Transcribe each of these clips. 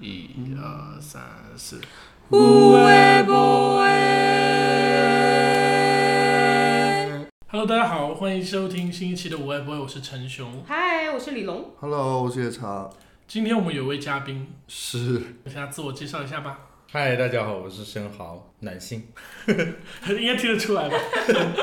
一二三四，有诶无诶。 Hello，大家好，欢迎收听新一期的《无爱不爱》，我是陈雄。嗨，我是李龙。 Hello，我是夜叉。今天我们有位嘉宾，是，给大家自我介绍一下吧， 嗨，大家好，我是申豪，男性。应该听得出来吧？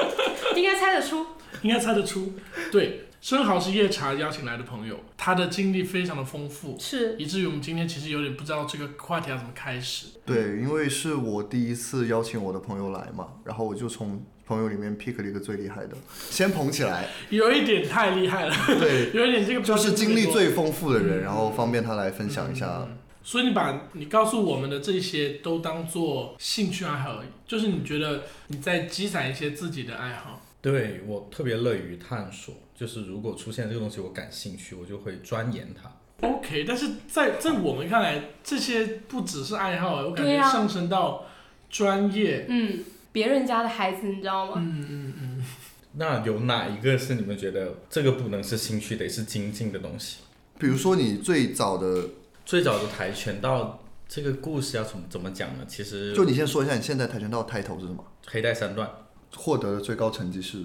应该猜得出，应该猜得出。对，生蚝是夜茶邀请来的朋友，他的经历非常的丰富，是以至于我们今天其实有点不知道这个话题要怎么开始。对，因为是我第一次邀请我的朋友来嘛，然后我就从朋友里面 pick 了一个最厉害的，先捧起来。 有一点太厉害了，对，有一点这个就是经历最。最丰富的人，然后方便他来分享一下。所以你把你告诉我们的这些都当做兴趣爱好而已，就是你觉得你在积攒一些自己的爱好。对我特别乐于探索，就是如果出现这个东西我感兴趣，我就会钻研它。 OK，但是在在我们看来，这些不只是爱好，我感对觉啊上升到专业。嗯，别人家的孩子，你知道吗？嗯嗯嗯，那有哪一个是你们觉得这个不能是兴趣，得是精进的东西？比如说你最早的，最早的跆拳道这个故事要怎么怎么讲呢？其实就你先说一下你现在跆拳道抬头是什么？黑带三段，获得的最高成绩是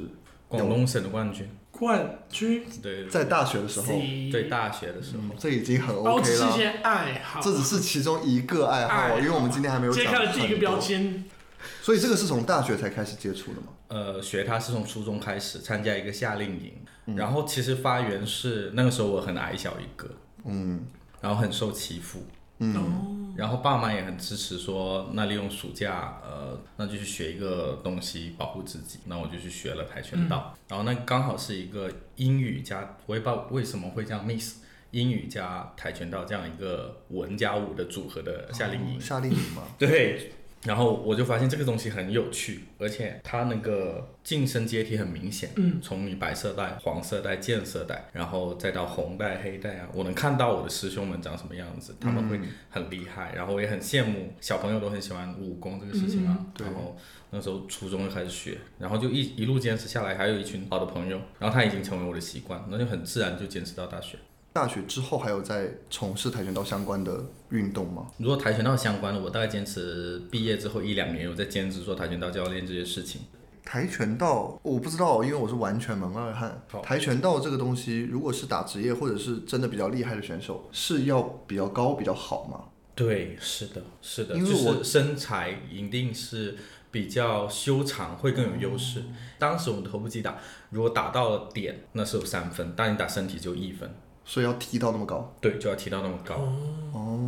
广东省的冠军。冠军对，在大学的时候， C，对大学的时候，嗯这已经很哦，这 OK 是一了。些爱好。这只是其中一个爱爱好好，因为我们今天还没有揭讲开了第一个很标多，签。所以这个是从大学才开始接触的嘛。呃，学它是从初中开始参加一个夏令营，然后其实发源是那个时候我很矮小一个，嗯然后很受欺负，哦，然后爸妈也很支持说，那利用暑假，呃，那就去学一个东西保护自己。那我就去学了跆拳道，然后那刚好是一个英语加，我也不知道为什么会这样 mix 英语加跆拳道这样一个文加武的组合的夏令营。夏令营嘛，对，然后我就发现这个东西很有趣，而且它那个晋升阶梯很明显，嗯，从你白色带、黄色带、渐色带，然后再到红带、黑带啊，我能看到我的师兄们长什么样子，他们会很厉害，然后我也很羡慕小朋友都很喜欢武功这个事情啊，对然后。那时候初中就开始学，然后就一一路坚持下来，还有一群好的朋友，然后他已经成为我的习惯，那就很自然就坚持到大学。大学之后还有在从事跆拳道相关的运动吗？如果跆拳道相关的，我大概坚持毕业之后一两年，有在兼职做跆拳道教练这些事情。跆拳道我不知道，因为我是完全门外汉好。跆拳道这个东西，如果是打职业或者是真的比较厉害的选手，是要比较高比较好嘛？对，是的，是的，因为就是我身材一定是比较修长，会更有优哦势。当时我们的头部击打，如果打到了点，那是有三分，但你打身体就一分，所以要踢到那么高。对，就要提到那么高，哦，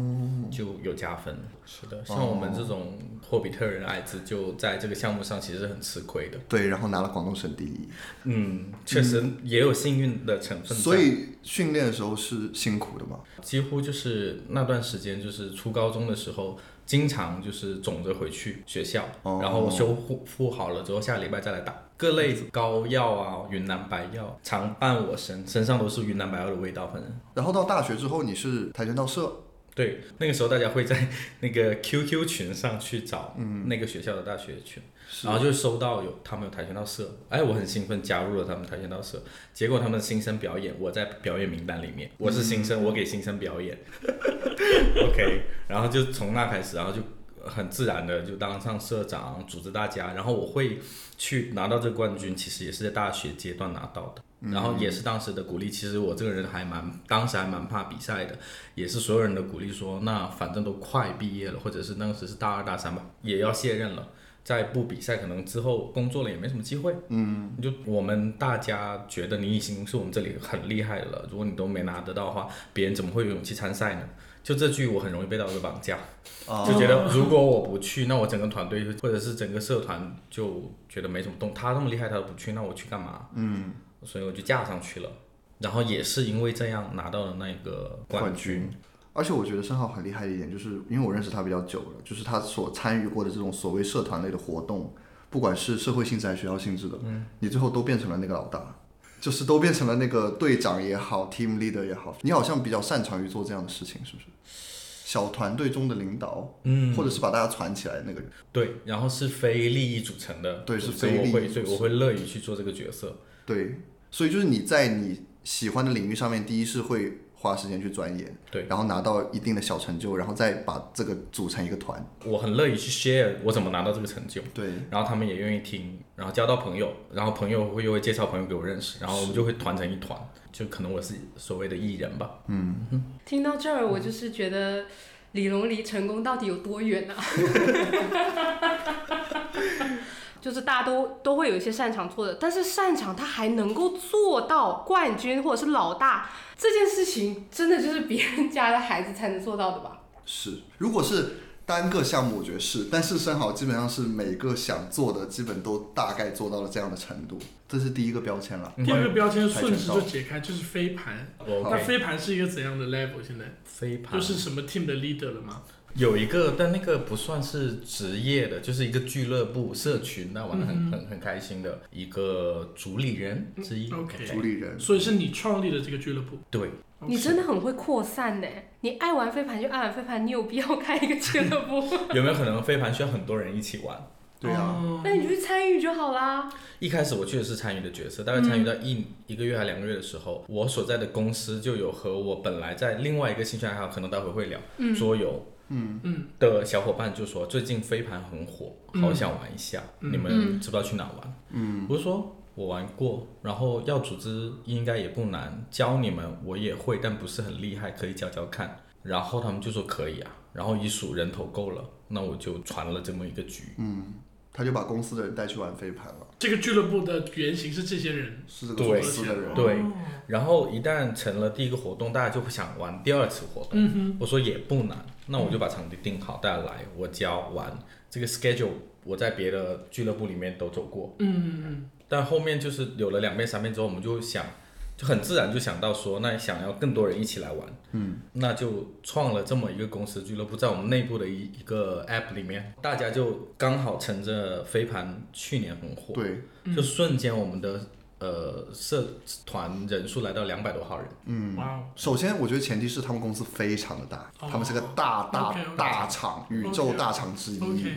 就有加分。是的，像我哦们这种霍比特人矮子，就在这个项目上其实是很吃亏的。对，然后拿了广东省第一，嗯，确实也有幸运的成分在，所以训练的时候是辛苦的嘛？几乎就是那段时间，就是初高中的时候，经常就是肿着回去学校，哦然后修复复好了之后，下礼拜再来打。各类膏药啊，云南白药常伴我身，身上都是云南白药的味道。反正然后到大学之后，你是跆拳道社，对，那个时候大家会在 那个 QQ 群上去找那个学校的大学群，然后就收到有他们有跆拳道社，哎，我很兴奋加入了他们跆拳道社。结果他们新生表演，我在表演名单里面，我是新生，我给新生表演。OK，然后就从那开始，然后就很自然的就当上社长，组织大家。然后我会去拿到这个冠军，其实也是在大学阶段拿到的。然后也是当时的鼓励，其实我这个人还蛮，当时还蛮怕比赛的，也是所有人的鼓励说，那反正都快毕业了，或者是当时是大二大三吧，也要卸任了，再不比赛可能之后工作了也没什么机会。嗯，就我们大家觉得你已经是我们这里很厉害了，如果你都没拿得到的话，别人怎么会有勇气参赛呢？就这句我很容易被到的绑架，啊就觉得如果我不去，那我整个团队或者是整个社团就觉得没什么动，他那么厉害他都不去，那我去干嘛？嗯，所以我就架上去了。然后也是因为这样拿到了那个冠冠军。而且我觉得申浩很厉害的一点，就是因为我认识他比较久了，就是他所参与过的这种所谓社团类的活动，不管是社会性质还是学校性质的，你最后都变成了那个老大，就是都变成了那个队长也好，team leader 也好，你好像比较擅长于做这样的事情，是不是？小团队中的领导，嗯，或者是把大家攒起来的那个人，对，然后是非利益组成的，对是所以非我利益会，组所以我会乐于去做这个角色。对，所以就是你在你喜欢的领域上面，第一是会花时间去钻研，对然后拿到一定的小成就，然后再把这个组成一个团，我很乐意去 share 我怎么拿到这个成就，对，然后他们也愿意听，然后交到朋友，然后朋友会又会介绍朋友给我认识，然后我们就会团成一团，就可能我是所谓的艺人吧。听到这儿，我就是觉得李龙离成功到底有多远啊呢、 就是大家都都会有一些擅长做的，但是擅长他还能够做到冠军或者是老大这件事情，真的就是别人家的孩子才能做到的吧？是，如果是单个项目，我觉得是，但是生蚝基本上是每个想做的，基本都大概做到了这样的程度，这是第一个标签了。第二个标签跆顺拳势道就解开，就是飞盘。嗯我那飞盘是一个怎样的 level？现在飞盘就是什么 team 的 leader 了吗？有一个，但那个不算是职业的，就是一个俱乐部社群，那玩的嗯很、很很开心的一个主理人之一。嗯，OK 主理人，所以是你创立的这个俱乐部。对，嗯你真的很会扩散呢、你爱玩飞盘就爱玩飞盘，你有必要开一个俱乐部？有没有可能飞盘需要很多人一起玩？对啊，哦那你就去参与就好啦。一开始我去的是参与的角色，大概参与到一、一个月还两个月的时候，我所在的公司就有和我本来在另外一个兴趣爱好，可能待会会聊、桌游，嗯的小伙伴就说最近飞盘很火，好想玩一下，嗯你们知不知道去哪玩？嗯，我就说我玩过，然后要组织应该也不难，教你们我也会，但不是很厉害，可以教教看。然后他们就说可以啊，然后一数人头够了，那我就传了这么一个局。他就把公司的人带去玩飞盘了，这个俱乐部的原型是这些人。是这个对公司的人，对，然后一旦成了第一个活动，大家就会想玩第二次活动。我说也不难，那我就把场地定好，大家来，我教玩。这个 schedule 我在别的俱乐部里面都走过，嗯嗯嗯。但后面就是有了两遍三遍之后，我们就想，就很自然就想到说，那想要更多人一起来玩，嗯，那就创了这么一个公司俱乐部，在我们内部的一一个 app 里面，大家就刚好乘着飞盘去年很火，对，就瞬间我们的呃社团人数来到两百多号人，嗯，哇哦，首先，我觉得前提是他们公司非常的大，哦他们是个大大 OK，OK 大厂，宇宙 OK 大厂嗯之一 OK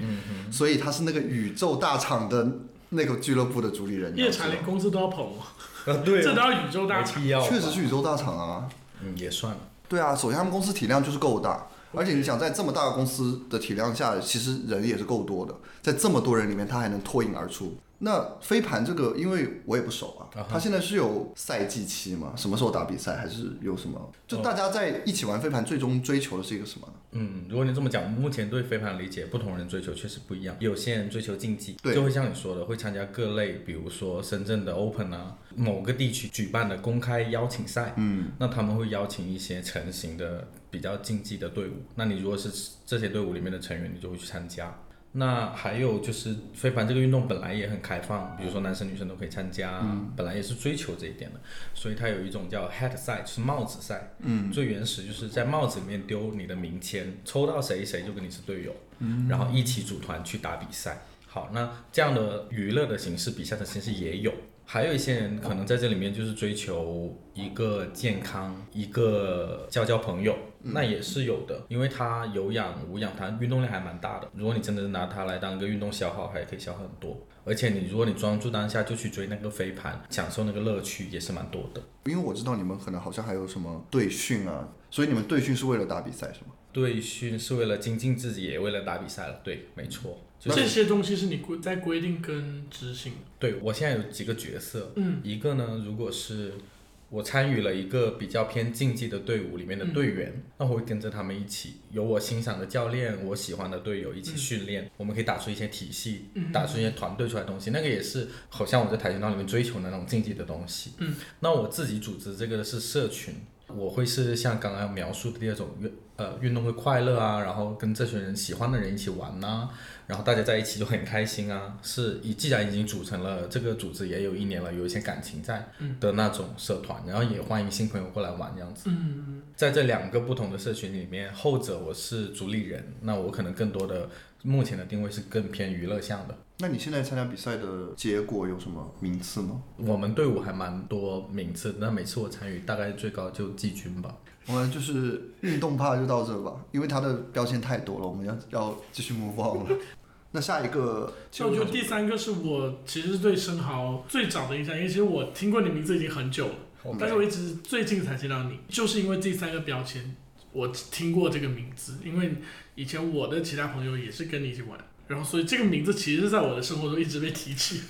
所以他是那个宇宙大厂的那个俱乐部的主理人。嗯你要叶知道禅连公司都要捧我，啊对这都要宇宙大厂。没必要吧，确实是宇宙大厂啊，嗯，也算了。对啊，首先他们公司体量就是够大，而且你想在这么大的公司的体量下，其实人也是够多的，在这么多人里面，他还能脱颖而出。那飞盘这个，因为我也不熟啊啊哈，它现在是有赛季期嘛？什么时候打比赛，还是有什么？哦就大家在一起玩飞盘，最终追求的是一个什么呢？嗯，如果你这么讲，目前对飞盘的理解，不同人追求确实不一样。有些人追求竞技，对就会像你说的，会参加各类，比如说深圳的 Open 啊，某个地区举办的公开邀请赛，嗯，那他们会邀请一些成型的比较竞技的队伍。那你如果是这些队伍里面的成员，你就会去参加。那还有就是飞盘这个运动本来也很开放，比如说男生女生都可以参加，本来也是追求这一点的，所以它有一种叫 hat 赛，就是帽子赛。嗯，最原始就是在帽子里面丢你的名签，抽到谁谁就跟你是队友，然后一起组团去打比赛。好，那这样的娱乐的形式、比赛的形式也有。还有一些人可能在这里面就是追求一个健康，一个交交朋友，那也是有的，因为它有氧、无氧，它运动量还蛮大的。如果你真的拿它来当一个运动消耗，还可以消耗很多。而且你如果你专注当下，就去追那个飞盘，享受那个乐趣，也是蛮多的。因为我知道你们可能好像还有什么队训啊，所以你们队训是为了打比赛是吗？对训是为了精进自己，也为了打比赛了。对，没错，就这是些东西是你规在规定跟执行的。对我现在有几个角色，嗯，一个呢，如果是我参与了一个比较偏竞技的队伍里面的队员，那我会跟着他们一起，有我欣赏的教练，我喜欢的队友一起训练，我们可以打出一些体系，嗯打出一些团队出来的东西。那个也是好像我在跆拳道里面追求的那种竞技的东西。嗯，那我自己组织这个是社群。我会是像刚刚描述的第二种运呃运动会快乐啊，然后跟这群人喜欢的人一起玩呐、然后大家在一起就很开心啊。是已既然已经组成了这个组织也有一年了，有一些感情在的那种社团，然后也欢迎新朋友过来玩这样子。嗯，在这两个不同的社群里面，后者我是主理人，那我可能更多的目前的定位是更偏娱乐向的。那你现在参加比赛的结果有什么名次吗？我们队伍还蛮多名次，那每次我参与大概最高就季军吧。我们就是运动趴就到这吧，因为它的标签太多了，我们要要继续 move on 了。 那下一个，那我觉得第三个是我其实对生蚝最早的印象，因为其实我听过你名字已经很久了， OK 但是我一直最近才知道你，就是因为这三个标签，我听过这个名字，因为以前我的其他朋友也是跟你一起玩，然后所以这个名字其实是在我的生活中一直被提起。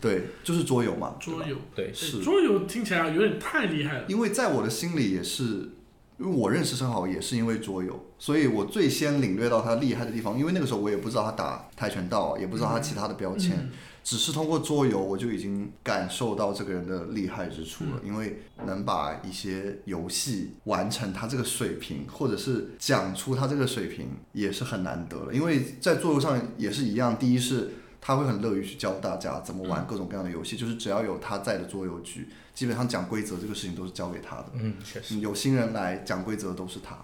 对，就是桌游嘛，桌游，对，是桌游听起来有点太厉害了。因为在我的心里也是，因为我认识生蚝也是因为桌游，所以我最先领略到他厉害的地方。因为那个时候我也不知道他打跆拳道，啊也不知道他其他的标签，嗯只是通过桌游我就已经感受到这个人的厉害之处了。因为能把一些游戏完成他这个水平，或者是讲出他这个水平，也是很难得了。因为在桌游上也是一样，第一是。他会很乐于去教大家怎么玩各种各样的游戏，就是只要有他在的桌游局，基本上讲规则这个事情都是交给他的。嗯，确实，嗯有新人来讲规则都是他，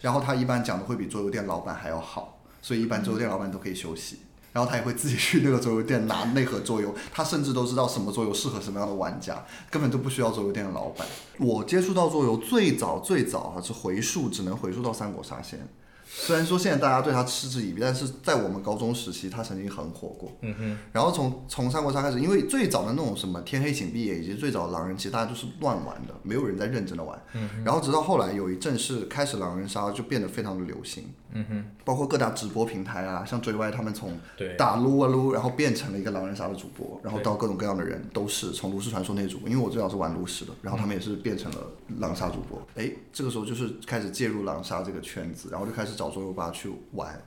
然后他一般讲的会比桌游店老板还要好，所以一般桌游店老板都可以休息。然后他也会自己去那个桌游店拿那盒桌游，他甚至都知道什么桌游适合什么样的玩家，根本就不需要桌游店的老板。我接触到桌游最早最早还是回溯，只能回溯到三国杀仙。虽然说现在大家对他嗤之以鼻，但是在我们高中时期，他曾经很火过。嗯哼，然后从从三国杀开始，因为最早的那种什么天黑请闭眼，以及最早的狼人，其实大家就是乱玩的，没有人在认真的玩。然后直到后来有一阵是开始狼人杀就变得非常的流行。嗯哼，包括各大直播平台啊，像追歪他们从对，打撸啊撸，然后变成了一个狼人杀的主播，然后对到各种各样的人都是从炉石传说那些主播，因为我最早是玩炉石的，然后他们也是变成了狼杀主播。哎，这个时候就是开始介入狼杀这个圈子，然后就开始找桌游吧去玩。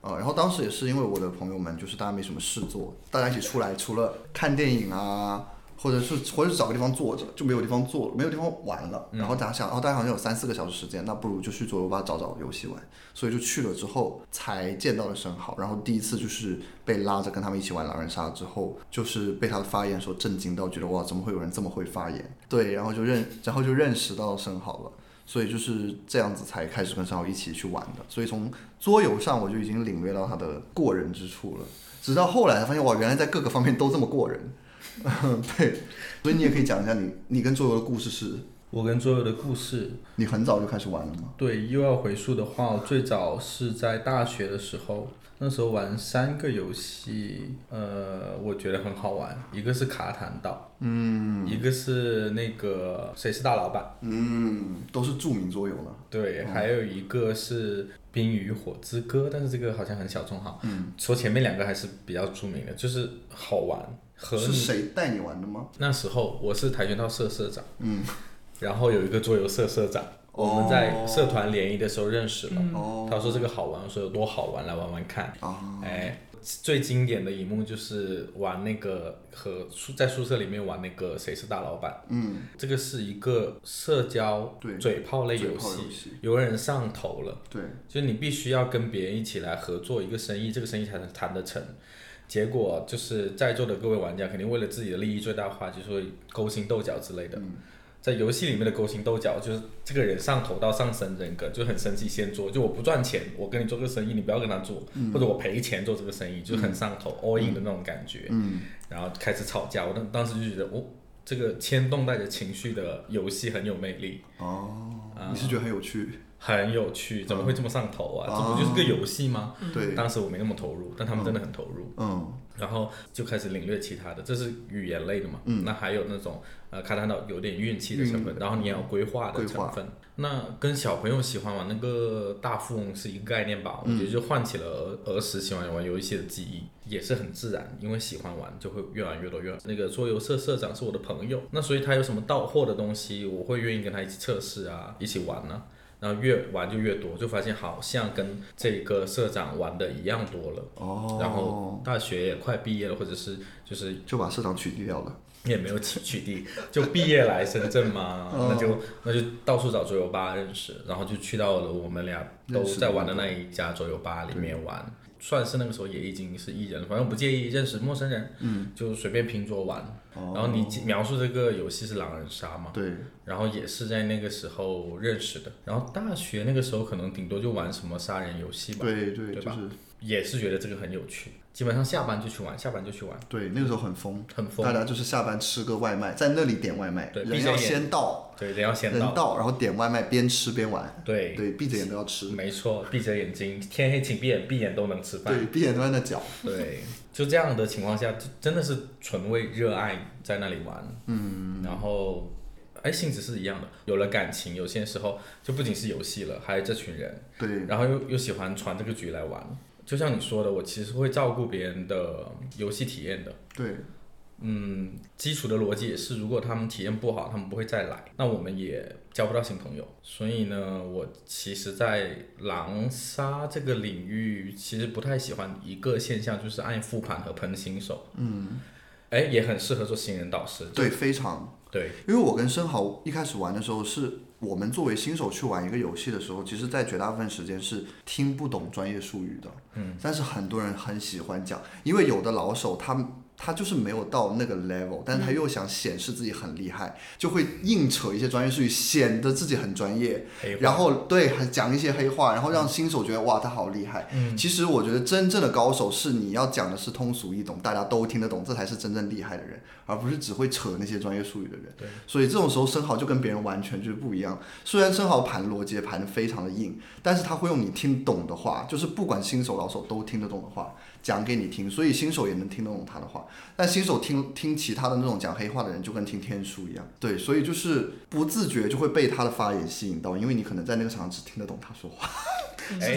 呃，然后当时也是因为我的朋友们就是大家没什么事做，大家一起出来，除了看电影啊，或者是或者是找个地方坐着，就没有地方坐，没有地方玩了。然后大家想，哦，大家好像有三四个小时时间，那不如就去桌游吧找找游戏玩。所以就去了之后才见到了生蚝，然后第一次就是被拉着跟他们一起玩狼人杀之后，就是被他的发言所震惊到，觉得哇，怎么会有人这么会发言？对，然后就认，然后就认识到生蚝了。所以就是这样子才开始跟生蚝一起去玩的，所以从桌游上我就已经领略到他的过人之处了。直到后来才发现，哇，原来在各个方面都这么过人。 对，所以你也可以讲一下你你跟桌游的故事是，我跟桌游的故事，你很早就开始玩了吗？对，又要回溯的话，我最早是在大学的时候，那时候玩三个游戏，呃，我觉得很好玩，一个是卡坦岛，嗯，一个是那个谁是大老板，嗯，都是著名桌游了。对，还有一个是《冰与火之歌》，但是这个好像很小众哈。嗯，说前面两个还是比较著名的，就是好玩和是你谁带你玩的吗？那时候我是跆拳道社社长，嗯，然后有一个桌游社社长，我们在社团联谊的时候认识的。哦，他说这个好玩，我说有多好玩，来玩玩看。啊，哎，最经典的一幕就是玩那个和宿在宿舍里面玩那个谁是大老板，嗯，这个是一个社交对嘴炮类嘴游炮戏啊游戏，有人上头了。对，就是你必须要跟别人一起来合作一个生意，这个生意才能谈得成。结果就是在座的各位玩家肯定为了自己的利益最大化，就是会勾心斗角之类的。在游戏里面的勾心斗角，就是这个人上头到上升人格，就很生气，先做，就我不赚钱，我跟你做个生意，你不要跟他做，或者我赔钱做这个生意，就很上头、all in 的那种感觉。嗯，然后开始吵架，我当当时就觉得，哦，这个牵动带着情绪的游戏很有魅力。哦啊，你是觉得很有趣？很有趣，怎么会这么上头啊？嗯这不就是个游戏吗？对，嗯当时我没那么投入，但他们真的很投入，嗯，然后就开始领略其他的，这是语言类的嘛。那还有那种呃，卡坦岛有点运气的成分，然后你也有嗯规划的成分。那跟小朋友喜欢玩那个大富翁是一个概念吧，我觉得就唤起了儿儿时喜欢玩游戏的记忆，也是很自然，因为喜欢玩就会越玩越多，越玩。那个桌游社社长是我的朋友，那所以他有什么到货的东西，我会愿意跟他一起测试啊，一起玩啊。然后越玩就越多，就发现好像跟这个社长玩的一样多了。哦，然后大学也快毕业了，或者是就是就把市场取缔掉了。也没有取取缔，就毕业来深圳嘛，哦那就那就到处找桌游吧认识，然后就去到了我们俩都认识的在玩的那一家桌游吧里面玩，算是那个时候也已经是艺人了，反正不介意认识陌生人，嗯，就随便拼桌玩。哦然后你描述这个游戏是狼人杀嘛，对，然后也是在那个时候认识的，然后大学那个时候可能顶多就玩什么杀人游戏吧，对对，对就吧是也是觉得这个很有趣，基本上下班就去玩，下班就去玩，对，那个时候很疯，很疯大。家就是下班吃个外卖，在那里点外卖，对人闭着要眼先到，对，人要先人到。到，然后点外卖，边吃边玩。对，对，闭着眼都要吃，没错，闭着眼睛，天黑请闭眼，闭眼都能吃对，饭。闭眼都在那嚼。对，就这样的情况下，就真的是纯为热爱在那里玩。嗯，然后哎，性质是一样的。有了感情，有些时候就不仅是游戏了，还有这群人，对，然后又又喜欢传这个局来玩。就像你说的，我其实会照顾别人的游戏体验的。对，嗯，基础的逻辑也是，如果他们体验不好，他们不会再来，那我们也交不到新朋友。所以呢，我其实，在狼杀这个领域，其实不太喜欢一个现象，就是按复盘和喷新手。嗯，哎，也很适合做新人导师。对，非常。对，因为我跟生蚝一开始玩的时候，是我们作为新手去玩一个游戏的时候，其实，在绝大部分时间是听不懂专业术语的。嗯，但是很多人很喜欢讲，因为有的老手他他就是没有到那个 level，但是他又想显示自己很厉害，就会硬扯一些专业术语，显得自己很专业。黑化然后对，还讲一些黑话，然后让新手觉得哇，他好厉害。嗯其实我觉得真正的高手是你要讲的是通俗易懂，大家都听得懂，这才是真正厉害的人，而不是只会扯那些专业术语的人。对，所以这种时候生蚝就跟别人完全就是不一样。虽然生蚝盘逻辑也盘得非常的硬，但是他会用你听懂的话，就是不管新手老手都听得懂的话讲给你听，所以新手也能听得懂他的话。但新手听听其他的那种讲黑话的人，就跟听天书一样。对，所以就是不自觉就会被他的发言吸引到，因为你可能在那个场上只听得懂他说话，哎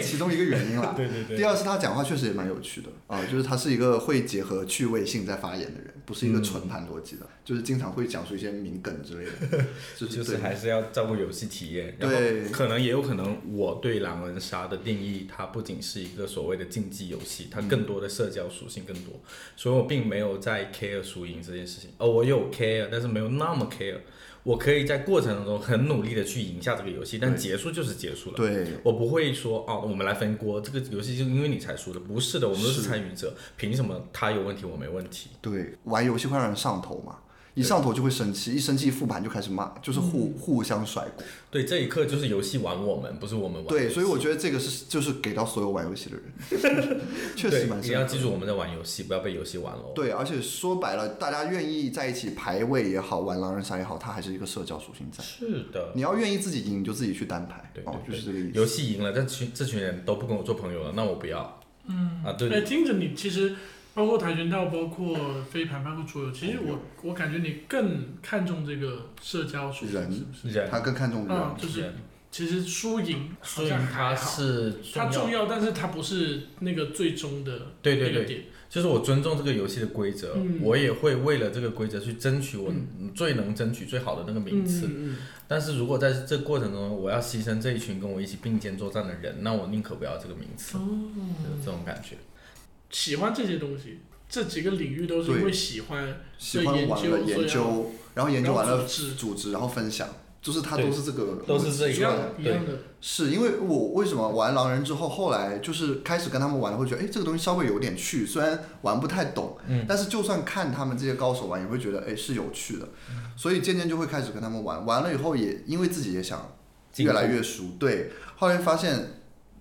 是其中一个原因啦。对对对第二是他讲话确实也蛮有趣的啊、就是他是一个会结合趣味性在发言的人，不是一个纯盘逻辑的，就是经常会讲出一些名梗之类 的，就是嗯就是对还是要照顾游戏体验，然后对可能也有可能我对狼人杀的定义，它不仅是一个所谓的竞技游戏，它更多的社交属性更多，所以我并没有在 care 输赢这件事情，哦，我有 care，但是没有那么 care，我可以在过程中很努力的去赢下这个游戏，但对结束就是结束了。对我不会说哦，我们来分锅，这个游戏就因为你才输的，不是的，我们都是是参与者，凭什么他有问题我没问题？对，玩游戏会让人上头嘛，一上头就会生气，一生气复盘就开始骂，就是嗯互、互相甩锅。对，这一刻就是游戏玩我们，不是我们玩游戏。对，所以我觉得这个是就是给到所有玩游戏的人， 确对实蛮你深要刻记住我们在玩游戏，不要被游戏玩了。哦对，而且说白了，大家愿意在一起排位也好，玩狼人杀也好，它还是一个社交属性在。是的，你要愿意自己赢，你就自己去单排，对哦，对就是这个意思。游戏赢了，但群这群人都不跟我做朋友了，那我不要。嗯啊，哎，对，听着你其实包括跆拳道，包括飞盘，包括桌游，其实嗯我我感觉你更看重这个社交属性，人是不是？人他更看重人，嗯，就是人其实输赢好所以像还它好，是它重要，要，但是它不是那个最终的对那对个对，点。就是我尊重这个游戏的规则，嗯我也会为了这个规则去争取我最能争取最好的那个名次。嗯嗯但是如果在这过程中，我要牺牲这一群跟我一起并肩作战的人，那我宁可不要这个名次，嗯就是这种感觉。喜欢这些东西，这几个领域都是因为对喜欢，喜欢玩了对研究研究，然后研究完然后组了织组织，然后分享，就是他对都是这个，都是这一一样个的一对样的。是因为我为什么玩狼人之后，后来就是开始跟他们玩，会觉得哎，这个东西稍微有点趣，虽然玩不太懂，嗯但是就算看他们这些高手玩，也会觉得哎是有趣的，嗯所以渐渐就会开始跟他们玩，玩了以后也因为自己也想进步越来越熟，对，后来发现。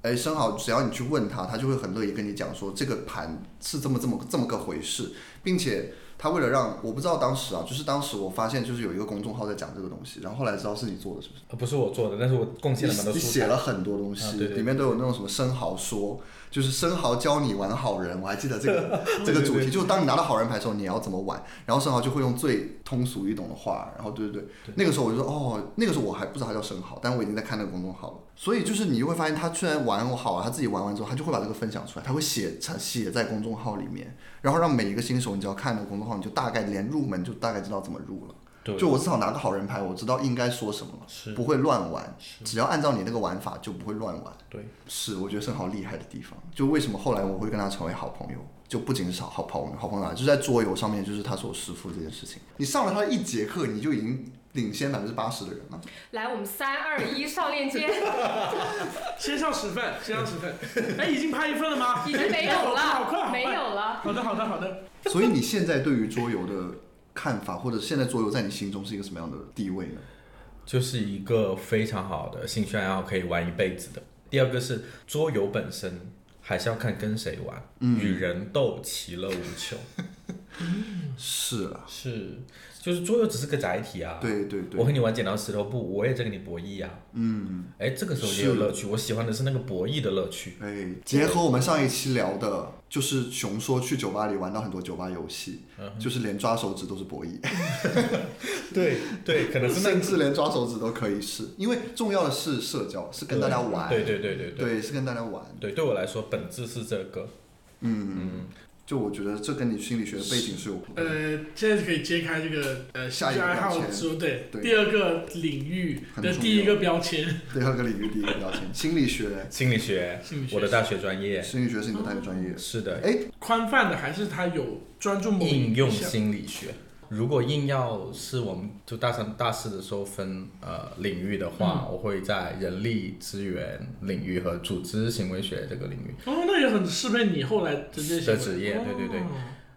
哎，生蚝，只要你去问他，他就会很乐意跟你讲说这个盘是这么这么这么个回事，并且他为了让我不知道当时啊，就是当时我发现就是有一个公众号在讲这个东西，然后后来知道是你做的，是不是？呃不是我做的，但是我贡献了蛮多你素写材。了很多东西，啊对对里面都有那种什么生蚝说，就是生蚝教你玩好人，我还记得这 个这个主题，就是当你拿到好人牌的时候，你要怎么玩，然后生蚝就会用最通俗易懂的话，然后对对对，那个时候我就说哦，那个时候我还不知道他叫生蚝，但我已经在看那个公众号了，所以就是你会发现他虽然玩好啊了，他自己玩完之后，他就会把这个分享出来，他会写成写在公众号里面，然后让每一个新手，你只要看那个公众号，你就大概连入门就大概知道怎么入了。对，就我至少拿个好人牌，我知道应该说什么是了，不会乱玩。只要按照你那个玩法，就不会乱玩。对，是我觉得生蚝厉害的地方，就为什么后来我会跟他成为好朋友，就不仅是好好朋友，好朋友啊，就是在桌游上面，就是他是我师傅这件事情。你上了他的一节课，你就已经领先百分之八十的人 了。来，我们三二 一上链接，先上十份，先上十 份。哎，已经拍一份了吗？已经没有好快，好了，快没。有了。好的，好的，好的。所以你现在对于桌游的看法，或者现在桌游在你心中是一个什么样的地位呢？就是一个非常好的兴趣爱好，可以玩一辈子的。第二个是桌游嗯 本身，还是要看跟谁玩，与人斗，其乐无穷。嗯是啊，是，就是桌游只是个载体啊。对对我对，和你玩剪刀石头布，我也在跟你博弈啊。嗯，哎，这个时候也有乐趣。我喜欢的是那个博弈的乐趣。哎，结合我们上一期聊的，就是熊说去酒吧里玩到很多酒吧游戏，嗯就是连抓手指都是博弈，对 对，可能是那甚至连抓手指都可以是，因为重要的是社交，是跟大家玩，对对对对对对，是跟大家玩。嗯对，对我来说本质是这个。嗯就我觉得这跟你心理学的背景是有关的，呃，现在可以揭开这个呃兴下一趣个爱好标签之对对第二个领域很的重第一要个标 签，第二个领域第一个标签，心理学，心理学，兴趣我的大学专业心理学是你的大学专业，是的，哎，宽泛的还是他有专注某一应用项心理学。如果硬要是我们就大三、大四的时候分呃领域的话，嗯我会在人力资源领域和组织行为学这个领域。哦，那也很适配你后来的这些的行为职业对对对哦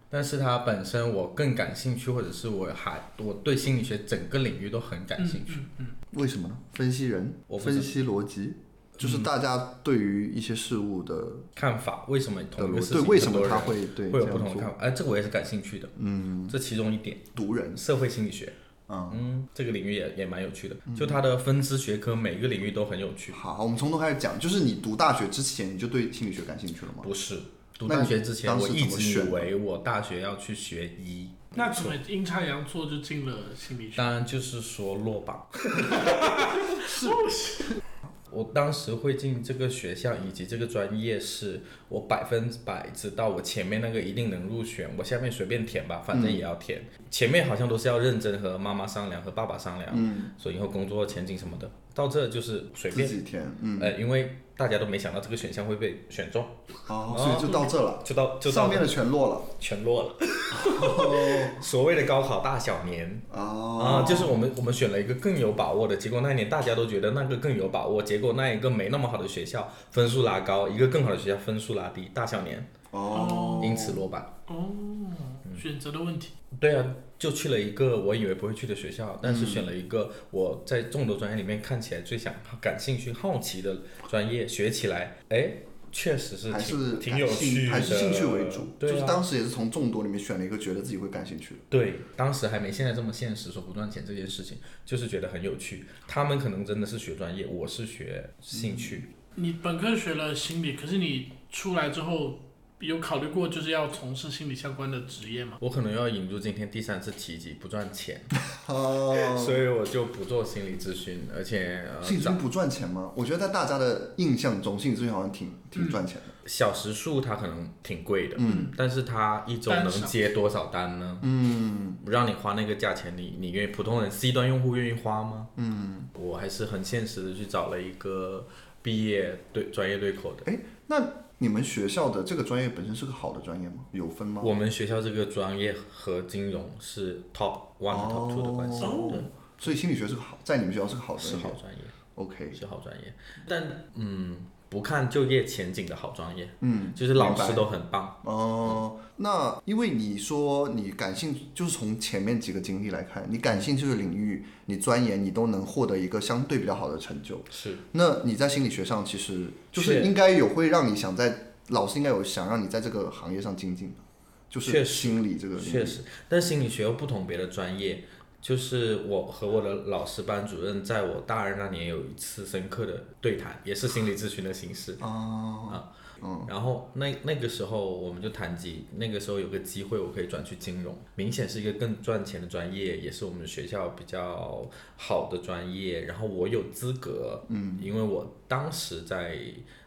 但是它本身我更感兴趣，或者是我还我对心理学整个领域都很感兴趣。嗯嗯为什么呢？分析人我，嗯不知分析逻辑，就是大家对于一些事物的看法为什么的同一逻个辑，嗯事对，情为什很么多他人会对会有这样不同的做看法？哎、这个我也是感兴趣的，嗯，这其中一点，读人，社会心理学，嗯，嗯，这个领域也也蛮有趣的，就它的分支学科每一个领域都很有趣。好，我们从头开始讲，就是你读大学之前你就对心理学感兴趣了吗？不是，读那大你学之前当时我一怎么直以选为我大学要去学医，嗯那怎么阴差阳错就进了心理学？当然就是说落榜。我当时会进这个学校以及这个专业是，我百分之百知道我前面那个一定能入选，我下面随便填吧，反正嗯也要填。前面好像都是要认真和妈妈商量，和爸爸商量，嗯，说以后工作前景什么的。到这就是随自便，己填，嗯，呃，因为大家都没想到这个选项会被选中，哦，所以就到这了，就到啊就到上面的全落了，全落了。 所谓的高考大小年啊、哦，就是我们我们选了一个更有把握的，结果那一年大家都觉得那个更有把握，结果那一个没那么好的学校分数拉高，一个更好的学校分数拉低，大小年哦，因此落榜。哦，选择的问题。对啊，就去了一个我以为不会去的学校，但是选了一嗯个我在众多专业里面看起来最想感兴趣、好奇的专业，学起来，哎，确实是还是挺挺有趣兴的，还是兴趣为主，对就是啊当时也是从众多里面选了一个觉得自己会感兴趣的，对，当时还没现在这么现实，说不赚钱这件事情，就是觉得很有趣。他们可能真的是学专业，我是学兴趣。嗯你本科学了心理，可是你出来之后有考虑过就是要从事心理相关的职业吗？我可能要引入今天第三次提及不赚钱， 哦，所以我就不做心理咨询，而且呃，心理咨询早不赚钱吗？我觉得在大家的印象中，心理咨询好像挺嗯挺赚钱的，小时数它可能挺贵的，嗯，但是它一周能单少接多少单呢？嗯，让你花那个价钱，你你愿意普通人 C 端用户愿意花吗？嗯，我还是很现实的去找了一个毕业对专业对口的。你们学校的这个专业本身是个好的专业吗？有分吗？我们学校这个专业和金融是 top one、top two 的关系，哦对，所以心理学是个好，在你们学校是个好专是业哎好专业， ，OK，是好专业。但嗯，不看就业前景的好专业，嗯，就是老明师白都很棒。哦、那因为你说你感兴趣，就是从前面几个经历来看，你感兴趣的领域，你钻研，你都能获得一个相对比较好的成就。是那你在心理学上，其实就是是应该有会让你想在，老师应该有想让你在这个行业上精进的，就是确实心理这个领域确实，但心理学又不同别的专业。就是我和我的老师班主任，在我大二那年有一次深刻的对谈，也是心理咨询的形式。啊哦，然后那那个时候我们就谈及，那个时候有个机会我可以转去金融，明显是一个更赚钱的专业，也是我们学校比较好的专业。然后我有资格，嗯，因为我当时在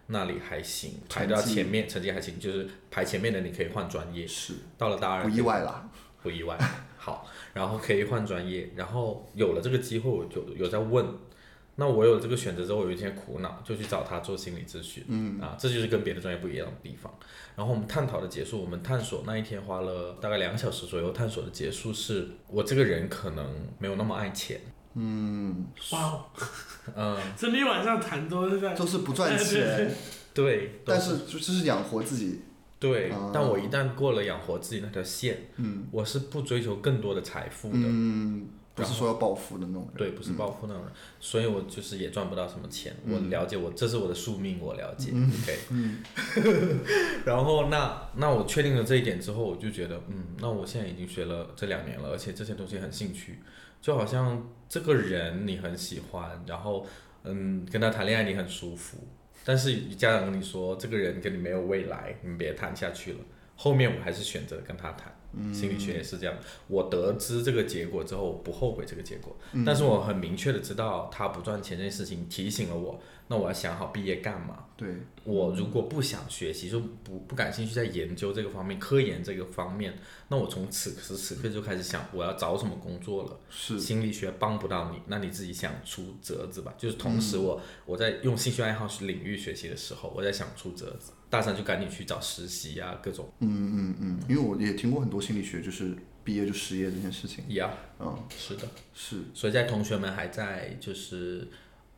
那里还行，排到前面，成绩还行，就是排前面的你可以换专业。是到了大二不意外啦。不意外。好，然后可以换专业，然后有了这个机会，我就有在问。那我有这个选择之后，我有一些苦恼，就去找他做心理咨询。嗯啊，这就是跟别的专业不一样的地方。然后我们探讨的结束，我们探索那一天花了大概两个小时左右。探索的结束是我这个人可能没有那么爱钱，哇哦，嗯， 整一晚上谈都是在都是不赚哎对钱， 对，都但是就就是养活自己，对啊，但我一旦过了养活自己那条线，嗯，我是不追求更多的财富的，嗯，不是说要暴富的那种人。嗯对，不是暴富那种人，所以我就是也赚不到什么钱。我了解我，这是我的宿命，我了解。OK，然后那那我确定了这一点之后，我就觉得，嗯，那我现在已经学了这两年了，而且这些东西很兴趣，就好像这个人你很喜欢，然后嗯，跟他谈恋爱你很舒服，但是家长跟你说这个人跟你没有未来，你别谈下去了。后面我还是选择跟他谈，嗯心理学也是这样。我得知这个结果之后，我不后悔这个结果，嗯但是我很明确的知道他不赚钱这件事情提醒了我，那我要想好毕业干嘛。对，我如果不想学习，就不不感兴趣在研究这个方面、科研这个方面，那我从此时此刻就开始想我要找什么工作了。是心理学帮不到你，那你自己想出折子吧。就是同时嗯我、我在用兴趣爱好领域学习的时候，我在想出折子，大三就赶紧去找实习啊，各种嗯嗯，因为我也听过很多心理学，就是毕业就失业这件事情。呀。嗯，是的，是所以在同学们还在就是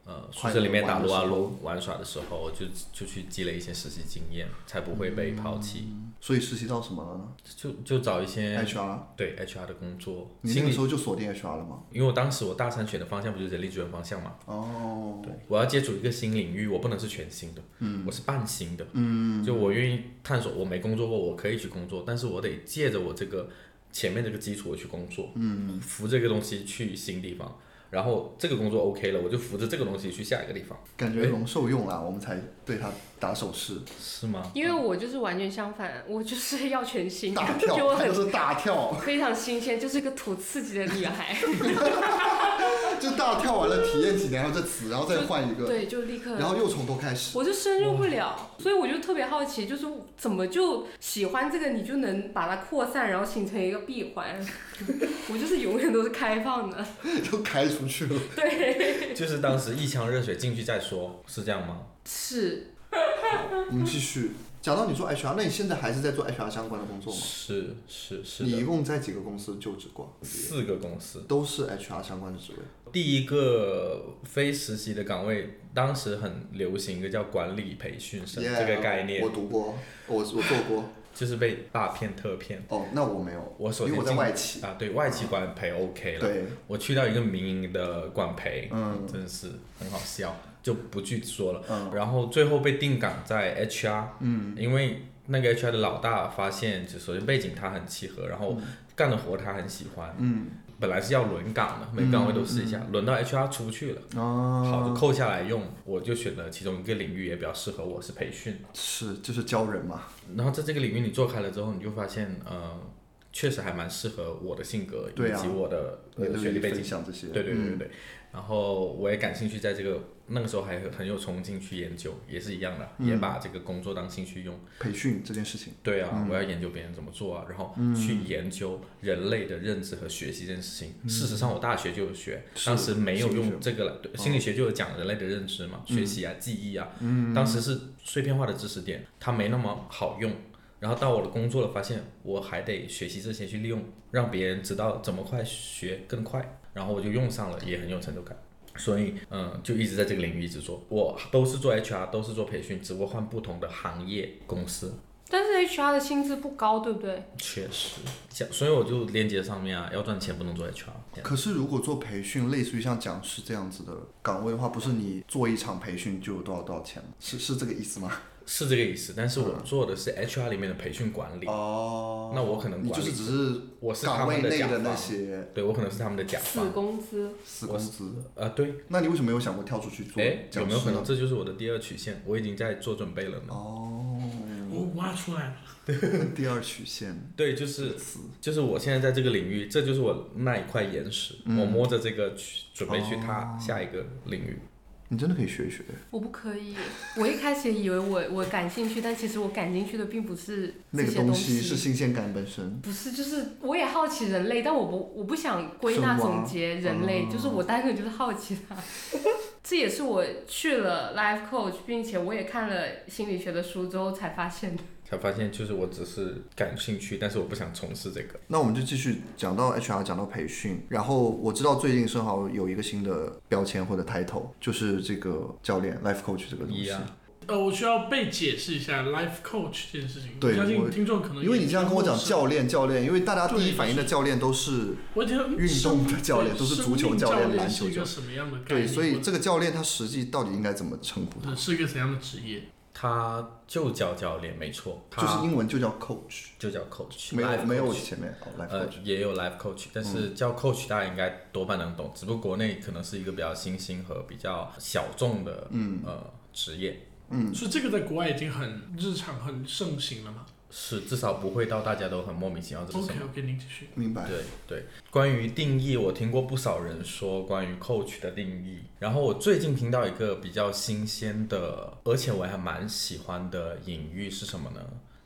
呃宿快乐舍里面打撸玩啊的时候撸玩耍的时候，就就去积累一些实习经验，才不会被抛弃。所以实习到什么了呢就就找一些？HR，对 HR 的工作，哎你那嗯心个理，时候就锁定 HR 了吗？因为我当时我大三选的方向不就是人力资源方向嘛，哦，对，我要接触一个新领域，我不能是全新的，嗯，我是半新的，嗯，就我愿意探索，我没工作过，我可以去工作，但是我得借着我这个前面这个基础我去工作，嗯，扶这个东西去新地方，然后这个工作 OK 了，我就扶着这个东西去下一个地方，感哎觉龙受用了，我们才对他打手势，是吗？因为我就是完全相反，我就是要全新， 大就跳，我他很就是大跳，非常新鲜，就是个土刺激的女孩， 就大跳完了体验几年，然后这词，然后再换一个，对，就立刻然后又从头开始。 我就深入不了，所以我就特别好奇，就是怎么就喜欢这个，你就能把它扩散，然后形成一个闭环。 我就是永远都是开放的，就开出去了。对，就是当时一腔热血进去再说，是这样吗？是我们继续讲到你做 HR，那你现在还是在做 HR 相关的工作吗？是是是你一的，共在几个公司就职过？四个公司。都是 HR 相关的职位。第一个非实习的岗位，当时很流行一个叫管理培训生 Yeah，这个概念我，读过，哦我我做过。就是被大骗特骗。哦，那我没有，我首因先为我在进外企。啊，对外企管培 OK 了，对，我去到一个民营的管培，嗯真是很好笑，就不去说了。嗯然后最后被定岗在 HR，嗯，因为那个 HR 的老大发现，就首先背景他很契合，然后干的活他很喜欢，嗯，本来是要轮岗的，每岗位都试一下，轮到 HR 出去了。好，就啊，扣下来用，我就选了其中一个领域也比较适合我，是培训。是就是教人嘛。然后在这个领域你做开了之后，你就发现，呃，确实还蛮适合我的性格对以啊及我的你呃都学历背分景。享这些。对对对对嗯对。然后我也感兴趣，在这个那个时候还很有冲劲去研究，也是一样的，也把这个工作当兴趣用。培训这件事情，嗯对啊，我要研究别人怎么做啊，然后去研究人类的认知和学习这件事情。事实上，我大学就有学，嗯是当时没有心理学嗯用这个了。对，心理学就有讲人类的认知嘛，学习啊、记忆啊，当时是碎片化的知识点，它没那么好用。然后到我的工作了，发现我还得学习这些去利用，让别人知道怎么快学更快。然后我就用上了，也很有成就感。所以，嗯，就一直在这个领域一直做。我都是做 HR，都是做培训，只不过换不同的行业公司。但是 HR 的薪资不高，对不对？确实，像所以我就连接上面啊，要赚钱不能做 HR，这样可是如果做培训，类似于像讲师这样子的岗位的话，不是你做一场培训就有多少多少钱吗？是是这个意思吗？是这个意思。但是我做的是 HR 里面的培训管理，哦，那我可能你管就理是只是我是他岗位们的内甲的那方，些对我可能是他们的甲死方。工资，死工资。啊，对，那你为什么没有想过跳出去做哎，有讲哦没有师可能呢？这就是我的第二曲线？我已经在做准备了呢。 我挖出来了。第二曲线对，就是词就是我现在在这个领域，这就是我那一块岩石，嗯我摸着这个去准备去哦踏下一个领域。你真的可以学一学我不可以。我一开始以为我我感兴趣，但其实我感兴趣的并不是这那个些东西是新鲜感本身。不是，就是我也好奇人类，但我不我不想归纳是吗哦总结人类，就是我单纯就是好奇它。 这也是我去了 life coach，并且我也看了心理学的书之后才发现的。才发现，就是我只是感兴趣，但是我不想从事这个。那我们就继续讲到 HR，讲到培训。然后我知道最近正好有一个新的标签或者 title，就是这个教练 life coach 这个东西。一啊，呃，我需要被解释一下 life coach 这件事情。对我相信我听众可能因为你这样跟我讲也是教练，教练，因为大家第对一反应的教练都是我觉得运动的教练对都是生足球命教教练篮球是一教个什么样的概对，念？所以这个教练他实际到底应该怎么称呼他呃？是一个怎样的职业？他就叫教练，没错，他就是英文就叫 coach，就叫 coach，没 life 有没有 coach 前面哦，life 呃 coach，嗯也有 life coach，但是叫 coach 大家应该多半能懂，只不过国内可能是一个比较新兴和比较小众的嗯呃职业，所以这个在国外已经很日常、很盛行了嘛是至少不会到大家都很莫名其妙这是什？OK 么。 OK，您继续。明白？对对，关于定义，我听过不少人说关于 coach 的定义。然后我最近听到一个比较新鲜的，而且我还蛮喜欢的隐喻是什么呢？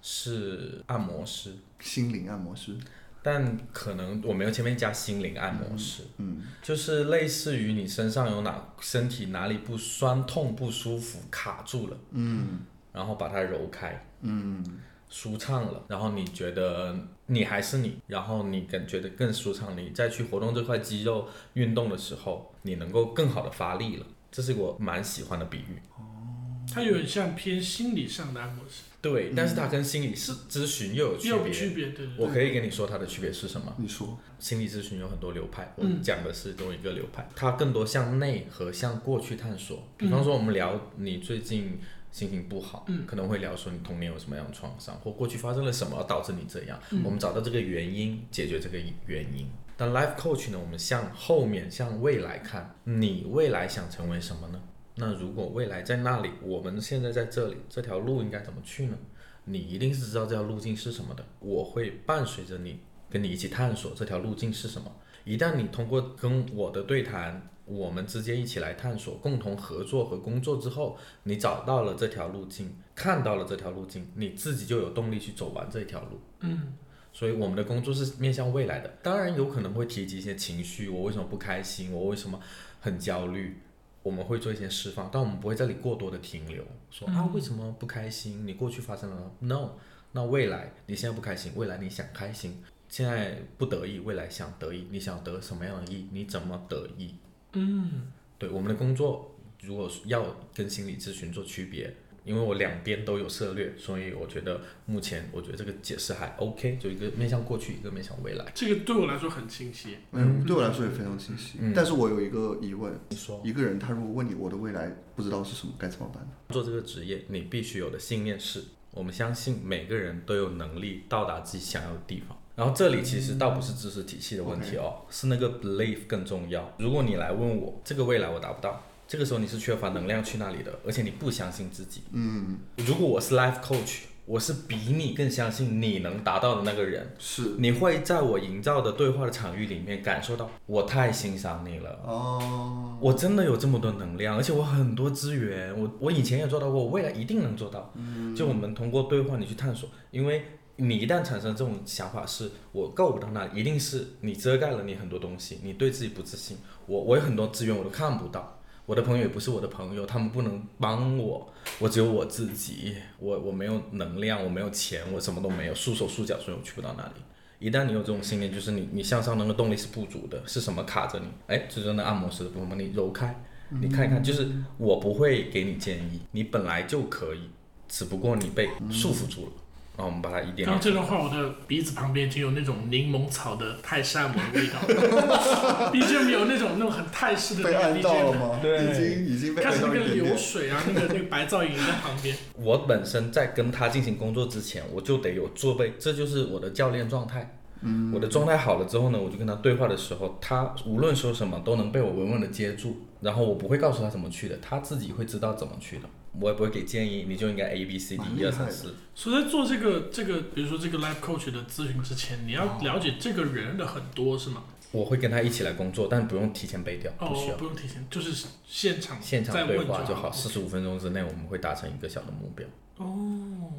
是按摩师，心灵按摩师，但可能我没有前面加心灵按摩师，嗯，就是类似于你身上有哪身体哪里不酸痛不舒服卡住了，嗯，然后把它揉开，嗯，舒畅了，然后你觉得你还是你，然后你感觉得更舒畅，你再去活动这块肌肉运动的时候，你能够更好的发力了，这是我蛮喜欢的比喻。它有点像偏心理上的按摩师，对，但是它跟心理咨咨询又有区也有别。区别，对对对。我可以跟你说它的区别是什么？你说，心理咨询有很多流派，我嗯讲的是中一个流派，它更多向内和向过去探索。比方说，我们聊你最近心情不好，嗯可能会聊说你童年有什么样的创伤，或过去发生了什么导致你这样。嗯我们找到这个原因，解决这个原因。但 life coach 呢，我们向后面向未来看，你未来想成为什么呢？那如果未来在那里，我们现在在这里，这条路应该怎么去呢？你一定是知道这条路径是什么的。我会伴随着你，跟你一起探索这条路径是什么。一旦你通过跟我的对谈，我们之间一起来探索、共同合作和工作之后，你找到了这条路径，看到了这条路径，你自己就有动力去走完这条路。嗯，所以我们的工作是面向未来的，当然有可能会提及一些情绪，我为什么不开心，我为什么很焦虑，我们会做一些释放，但我们不会在这里过多的停留，说嗯啊为什么不开心，你过去发生了，no，那未来你现在不开心，未来你想开心，现在不得意，未来想得意，你想得什么样的意，你怎么得意？嗯，对，我们的工作如果要跟心理咨询做区别，因为我两边都有涉略，所以我觉得目前我觉得这个解释还 OK，就一个面向过去，一个面向未来。这个对我来说很清晰。嗯，对我来说也非常清晰嗯。但是我有一个疑问，你说一个人他如果问你我的未来不知道是什么，该怎么办呢？做这个职业，你必须有的信念是，我们相信每个人都有能力到达自己想要的地方。然后这里其实倒不是知识体系的问题哦，是那个 belief 更重要。如果你来问我这个未来我达不到，这个时候你是缺乏能量去那里的，而且你不相信自己，嗯，如果我是 life coach，我是比你更相信你能达到的那个人。是你会在我营造的对话的场域里面感受到，我太欣赏你了，哦，我真的有这么多能量，而且我很多资源，我我以前也做到过，我未来一定能做到。嗯就我们通过对话你去探索，因为你一旦产生这种想法是，我够不到那里，一定是你遮盖了你很多东西，你对自己不自信。我我有很多资源我都看不到，我的朋友也不是我的朋友，他们不能帮我，我只有我自己，我我没有能量，我没有钱，我什么都没有，束手束脚，所以我去不到那里。一旦你有这种信念，就是你你向上那个动力是不足的，是什么卡着你？哎，这就是那按摩师的部分，你揉开，你看一看，就是我不会给你建议，你本来就可以，只不过你被束缚住了。然后我们把它一点刚刚点这段话，我的鼻子旁边已经有那种柠檬草的泰式按摩的味道 ，BGM 有那种那种很泰式的被那个按到了 BGM，吗？对已经已经被开按始到那一个点流点。水啊，那个那个白噪音在旁边。我本身在跟他进行工作之前，我就得有做备，这就是我的教练状态。嗯，我的状态好了之后呢，我就跟他对话的时候，他无论说什么都能被我稳稳的接住，然后我不会告诉他怎么去的，他自己会知道怎么去的，我也不会给建议，你就应该 A B C D 蛮一厉二害三的四。所以在做这个这个，比如说这个 life coach 的咨询之前，你要了解这个人的很多是吗？我会跟他一起来工作，但不用提前背掉，不哦需要，，不用提前，就是现场现再场对问话就就好，四十五分钟之内我们会达成一个小的目标。哦，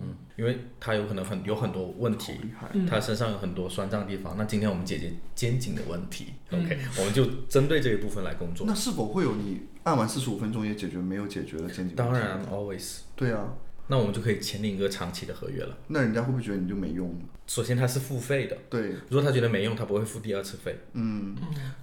嗯，因为他有可能很有很多问题，厉害，嗯他身上有很多酸胀地方。那今天我们解决肩颈的问题、嗯 o k 我们就针对这一部分来工作。那是否会有你按完四十五分钟也解决没有解决的肩颈？当，然，always，对啊，那我们就可以签订一个长期的合约了。那人家会不会觉得你就没用了？首先，他是付费的，对，如果他觉得没用，他不会付第二次费。嗯，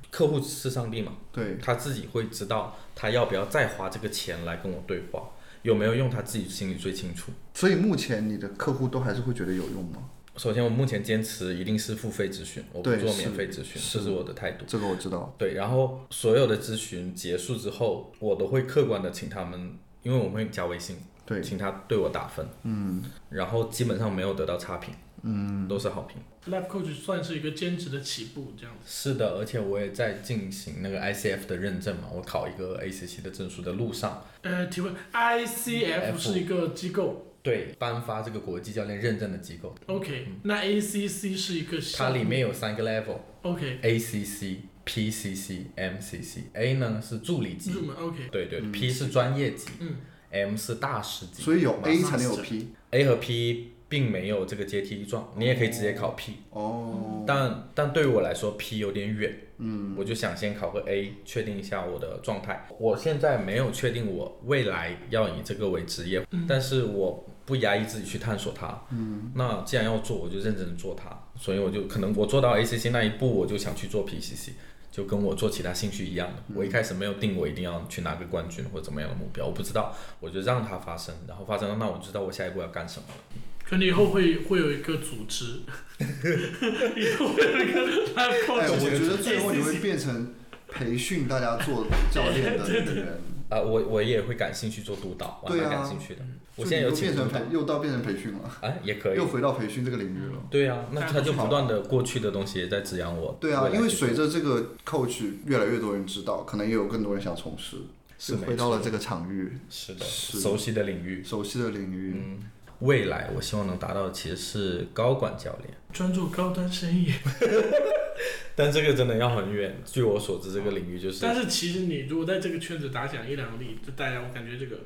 客户是上帝嘛，对，他自己会知道他要不要再花这个钱来跟我对话。有没有用，他自己心里最清楚。所以目前你的客户都还是会觉得有用吗？首先，我目前坚持一定是付费咨询，我不对做是免费咨询，是这是我的态度。这个我知道，对，然后所有的咨询结束之后，我都会客观的请他们，因为我们会加微信，对，请他对我打分，嗯，然后基本上没有得到差评，嗯，都是好评。 Life Coach 算是一个兼职的起步，这样子。是的，而且我也在进行那个 ICF 的认证嘛，我考一个 ACC 的证书的路上，呃，提问，ICF F 是一个机构对，颁发这个国际教练认证的机构， ，OK，那 ACC 是一个它项目里面有三个 level，ACC、 OK PCC、MCC，A 呢是助理级，入门 OK，对对、p 是专业级，嗯，M 是大师级，所以有马上 A 才能有是 P A 和 P 并没有这个阶梯状，你也可以直接考 P，、哦，但但对于我来说 P 有点远，嗯，我就想先考个 A，确定一下我的状态。我现在没有确定我未来要以这个为职业，但是我不压抑自己去探索它，嗯，那既然要做，我就认真地做它，所以我就可能我做到 ACC 那一步，我就想去做 PCC。就跟我做其他兴趣一样的，我一开始没有定我一定要去拿个冠军或者怎么样的目标，我不知道，我就让它发生，然后发生了，那我知道我下一步要干什么了。可能以后会会有一个组织，以后会有一个 Life 哎， Coach，我觉得最后你会 ACC 变成培训大家做教练的那个人，啊、我我也会感兴趣做督导，我还对啊蛮感兴趣的。 我就现你在有又请变督成导培，，又到变成培训了，啊，也可以又。回到培训这个领域了。对啊，那他就好不断的过去的东西也在滋养我。对啊，未来因为去随着这个 coach 越来越多人知道，可能也有更多人想从事，是就没回到错了这个场域，是的是熟悉的领域，熟悉的领域。嗯未来我希望能达到的其实是高管教练，专注高端生意。但这个真的要很远。据我所知，这个领域就是但是其实你如果在这个圈子打响一两粒，就大家我感觉这个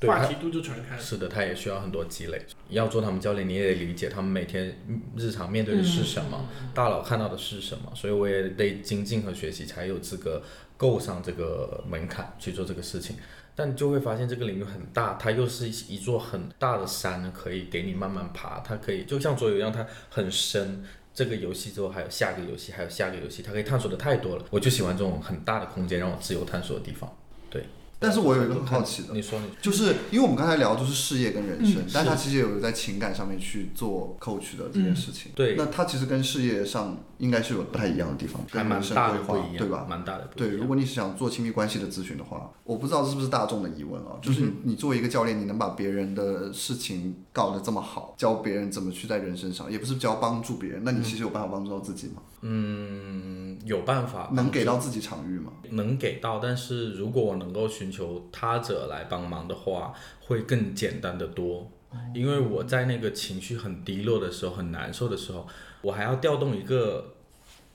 对话他题度就传开了。是的，他也需要很多积累。要做他们教练，你也得理解他们每天日常面对的是什么，大佬看到的是什么，所以我也得精进和学习，才有资格够上这个门槛去做这个事情。但就会发现这个领域很大，它又是一座很大的山，可以给你慢慢爬。它可以就像桌游一样，它很深。这个游戏之后还有下个游戏，还有下个游戏，它可以探索的太多了。我就喜欢这种很大的空间，让我自由探索的地方。对，但是我有一个很好奇的，你说你就是因为我们刚才聊的就是事业跟人生，嗯但他其实也有在情感上面去做 coach 的这件事情。嗯对那他其实跟事业上应该是有不太一样的地方，还跟蛮人生大规的不划一样，对吧？蛮大的不一样。对，如果你是想做亲密关系的咨询的话，我不知道是不是大众的疑问啊，就是嗯你你作为一个教练，你能把别人的事情搞得这么好，教别人怎么去在人身上，也不是教帮助别人，那你其实有办法帮助到自己吗？嗯，有办法能给到自己场域吗？能给到，但是如果我能够寻求他者来帮忙的话，会更简单的多。因为我在那个情绪很低落的时候、很难受的时候，我还要调动一个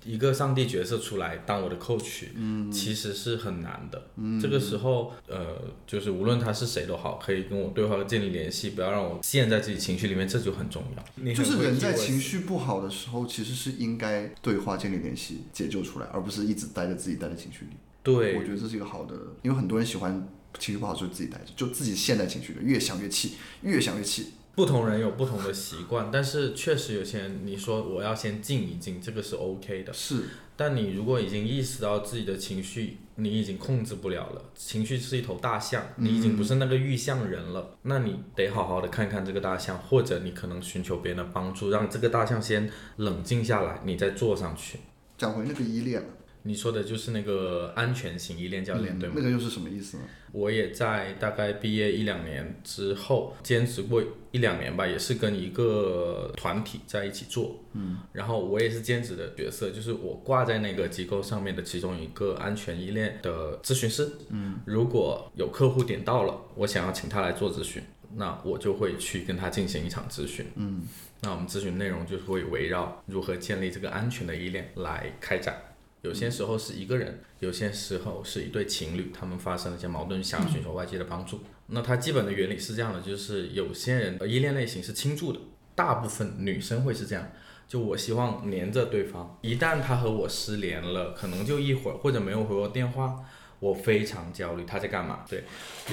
一个上帝角色出来当我的 coach，嗯，其实是很难的。嗯，这个时候，呃，就是无论他是谁都好，可以跟我对话、建立联系，不要让我陷在自己情绪里面，这就很重要。啊你就很是会人在替我情绪不好的时候，其实是应该对话建立联系，解救出来，而不是一直待在自己待在情绪里。对我觉得这是一个好的，因为很多人喜欢情绪不好就自己待着，就自己陷在情绪里，越想越气，越想越气。不同人有不同的习惯，但是确实有些人，你说我要先静一静，这个是 OK 的。是，但你如果已经意识到自己的情绪，你已经控制不了了，情绪是一头大象，你已经不是那个遇象人了，那你得好好的看看这个大象，或者你可能寻求别人的帮助，让这个大象先冷静下来，你再坐上去。讲回那个依恋了，嗯你说的就是那个安全型依恋教练，对吗？那个又是什么意思呢？我也在大概毕业一两年之后兼职过一两年吧，也是跟一个团体在一起做。嗯，然后我也是兼职的角色，就是我挂在那个机构上面的其中一个安全依恋的咨询师。嗯，如果有客户点到了，我想要请他来做咨询，那我就会去跟他进行一场咨询。嗯，那我们咨询内容就是会围绕如何建立这个安全的依恋来开展。有些时候是一个人，有些时候是一对情侣，他们发生了一些矛盾，想要寻求外界的帮助。那它基本的原理是这样的，就是有些人呃依恋类型是倾注的，大部分女生会是这样。就我希望黏着对方，一旦他和我失联了，可能就一会儿或者没有回我电话，我非常焦虑，他在干嘛？对，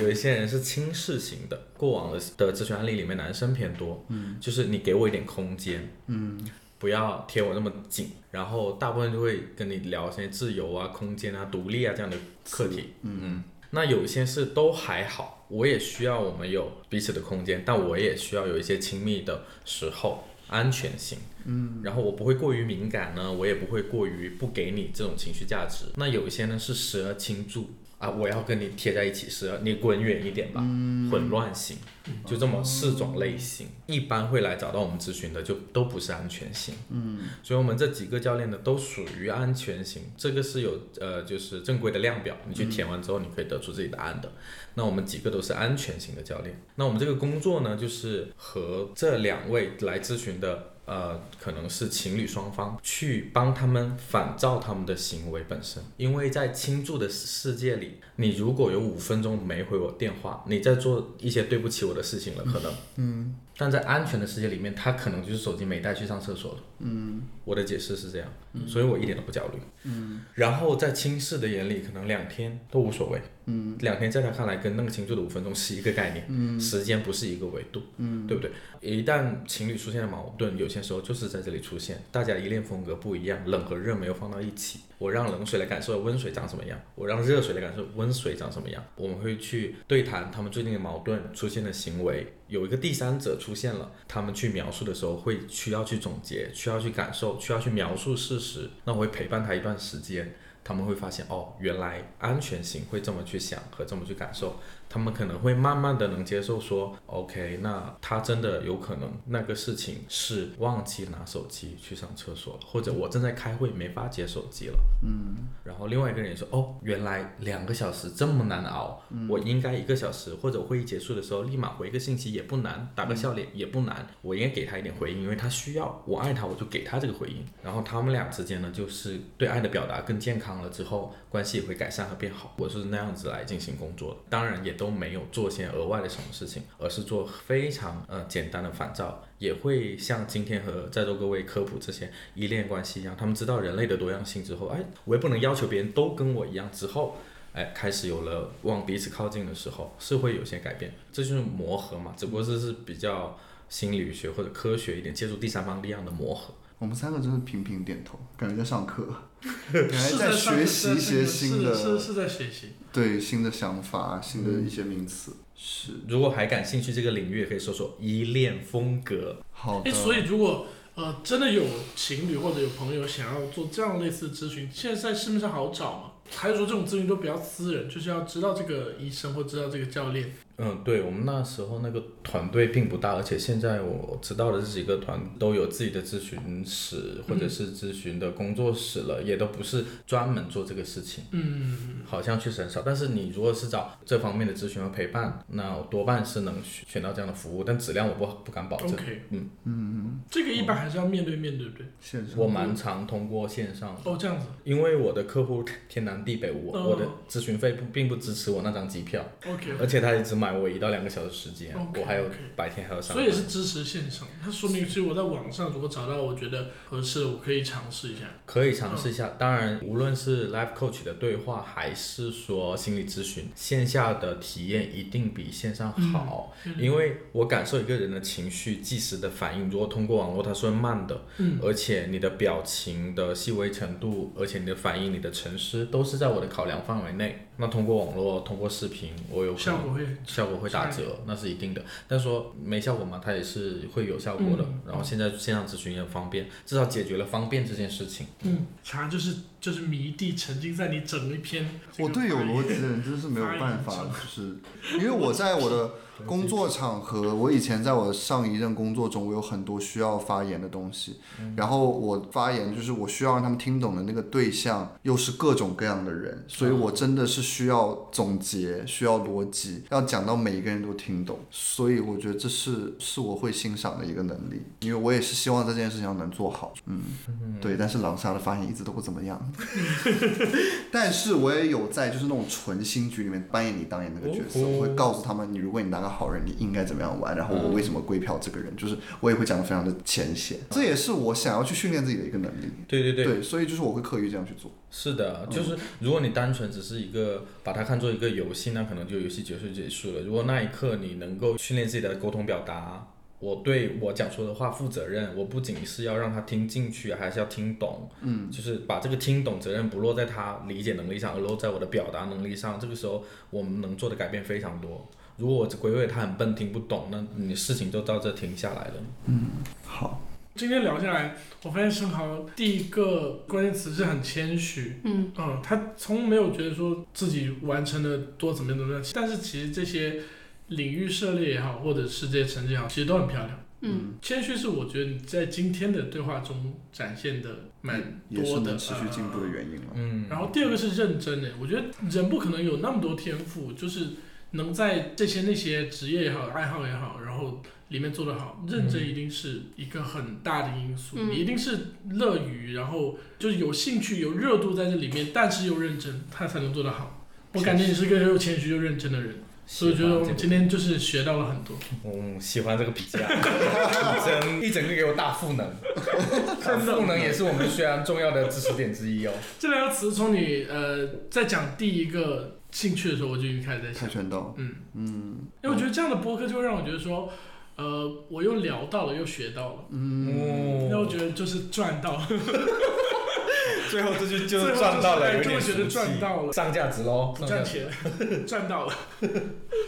有一些人是轻视型的，过往的的咨询案例里面男生偏多，嗯，就是你给我一点空间，不要贴我那么紧，然后大部分就会跟你聊一些自由啊、空间啊、独立啊这样的课题。嗯嗯，那有一些是都还好，我也需要我们有彼此的空间，但我也需要有一些亲密的时候，安全性。嗯，然后我不会过于敏感呢，我也不会过于不给你这种情绪价值。那有一些呢是时而倾注啊，我要跟你贴在一起，时而你滚远一点吧，混乱型，就这么四种类型，一般会来找到我们咨询的就都不是安全型。嗯，所以我们这几个教练呢都属于安全型，这个是有呃就是正规的量表，你去填完之后你可以得出自己答案的。那我们几个都是安全型的教练。那我们这个工作呢，就是和这两位来咨询的，呃，可能是情侣双方，去帮他们反照他们的行为本身。因为在倾注的世界里，你如果有五分钟没回我电话，你在做一些对不起我的事情了，可能，嗯。但在安全的世界里面，他可能就是手机没带去上厕所了。嗯，我的解释是这样，所以我一点都不焦虑。嗯，然后在轻视的眼里，可能两天都无所谓。两天在他看来跟那个情绪的五分钟是一个概念，时间不是一个维度，对不对？一旦情侣出现了矛盾，有些时候就是在这里出现，大家依恋风格不一样，冷和热没有放到一起。我让冷水来感受温水长什么样，我让热水来感受温水长什么样。我们会去对谈他们最近的矛盾出现的行为，有一个第三者出现了，他们去描述的时候会需要去总结，需要去感受，需要去描述事实。那我会陪伴他一段时间。他们会发现哦，原来安全型会这么去想和这么去感受，他们可能会慢慢的能接受说，OK，那他真的有可能那个事情是忘记拿手机去上厕所了，或者我正在开会没法接手机了，嗯，然后另外一个人也说，哦，原来两个小时这么难熬，我应该一个小时或者会议结束的时候立马回一个信息也不难，打个笑脸也不难，我应该给他一点回应，因为他需要，我爱他我就给他这个回应，然后他们俩之间呢就是对爱的表达更健康。了之后，关系也会改善和变好。我是那样子来进行工作的，当然也都没有做些额外的什么事情，而是做非常呃简单的反照，也会像今天和在座各位科普这些依恋关系一样，他们知道人类的多样性之后，哎，我也不能要求别人都跟我一样之后。哎，开始有了往彼此靠近的时候，是会有些改变，这就是磨合嘛，只不过是是比较心理学或者科学一点，借助第三方力量的磨合。我们三个真是频频点头，感觉在 上课，感是觉在上学习一些新是是嗯的，嗯是在学习。对新的想法、啊新的一些名词。是，如果还感兴趣这个领域，也可以搜索依恋风格。好哎，的。所以如果呃真的有情侣或者有朋友想要做这样类似的咨询，现在在市面上好找吗？还是说这种咨询都比较私人，就是要知道这个医生或知道这个教练？嗯，对我们那时候那个团队并不大，而且现在我知道的这几个团都有自己的咨询室或者是咨询的工作室了，也都不是专门做这个事情，嗯，好像确实很少。但是你如果是找这方面的咨询和陪伴，那多半是能选选到这样的服务，但质量我不不敢保证。 OK，嗯嗯，这个一般还是要面对面，对不对？线上我蛮常通过线上的，哦，这样子因为我的客户天南地北，我、嗯我的咨询费不并不支持我那张机票， ，OK，而且他也只买我一到两个小时时间 OK，我还有 OK 白天还有所上班。以也是支持线上，那说明是我在网上如果找到我觉得合适的，我可以尝试一下。可以尝试一下。当然，无论是 life coach 的对话，还是说心理咨询，线下的体验一定比线上嗯好，因为我感受一个人的情绪即时的反应，如果通过网络它是会慢的，嗯而且你的表情的细微程度，而且你的反应、你的沉思，都是在我的考量范围内。那通过网络，通过视频，我有可效能果会效果会打折，那是一定的。但说没效果嘛，它也是会有效果的。嗯然后现在线上咨询也很方便，至少解决了方便这件事情。嗯，茶就是就是迷弟沉浸在你整一篇这我个发对言。有逻辑的人真是没有办法，就是因为我在我的工作场合，我以前在我上一任工作中，我有很多需要发言的东西，然后我发言就是我需要让他们听懂的那个对象又是各种各样的人，所以我真的是需要总结，需要逻辑，要讲到每一个人都听懂，所以我觉得这是是我会欣赏的一个能力，因为我也是希望在这件事情上能做好，嗯，对，但是狼莎的发言一直都不怎么样。但是我也有在就是那种纯新剧里面扮演你当年那个角色，哦我会告诉他们，你如果你当个好人，你应该怎么样玩，然后我为什么归票这个人，就是我也会讲的非常的浅显，这也是我想要去训练自己的一个能力。对对对，所以就是我会刻意这样去做。是的，就是如果你单纯只是一个把它看作一个游戏，那可能就游戏结束就结束了。如果那一刻你能够训练自己的沟通表达，我对我讲说的话负责任，我不仅是要让他听进去，还是要听懂，嗯，就是把这个听懂责任不落在他理解能力上，而落在我的表达能力上。这个时候我们能做的改变非常多。如果我只归为他很笨听不懂，那你事情就到这停下来了。好，今天聊下来，我发现生蚝第一个关键词是很谦虚，嗯，嗯，他从没有觉得说自己完成的多怎么样怎么样，但是其实这些领域涉猎也好，或者是这些成绩也好，其实都很漂亮。嗯，谦虚是我觉得你在今天的对话中展现的蛮也是多的，呃能持续进步的原因了。嗯，然后第二个是认真的，我觉得人不可能有那么多天赋，就是能在这些那些职业也好、爱好也好，然后里面做得好，认真一定是一个很大的因素。嗯你一定是乐于，然后就是有兴趣、有热度在这里面，但是又认真，他才能做得好。我感觉你是个又谦虚又认真的人，所以我觉得我们今天就是学到了很多。嗯，喜欢这个比 较，真一整个给我大赋能， 真的赋能也是我们学然重要的知识点之一哦。这两个词从你呃在讲第一个兴趣的时候，我就已经开始在想跆。拳道，嗯嗯，因为我觉得这样的播客就会让我觉得说，呃，我又聊到了，又学到了，嗯那我哦，觉得就是赚到 了。最后这句最后就是哎就会觉得俗气赚到了上价值喽，不赚钱，赚到了。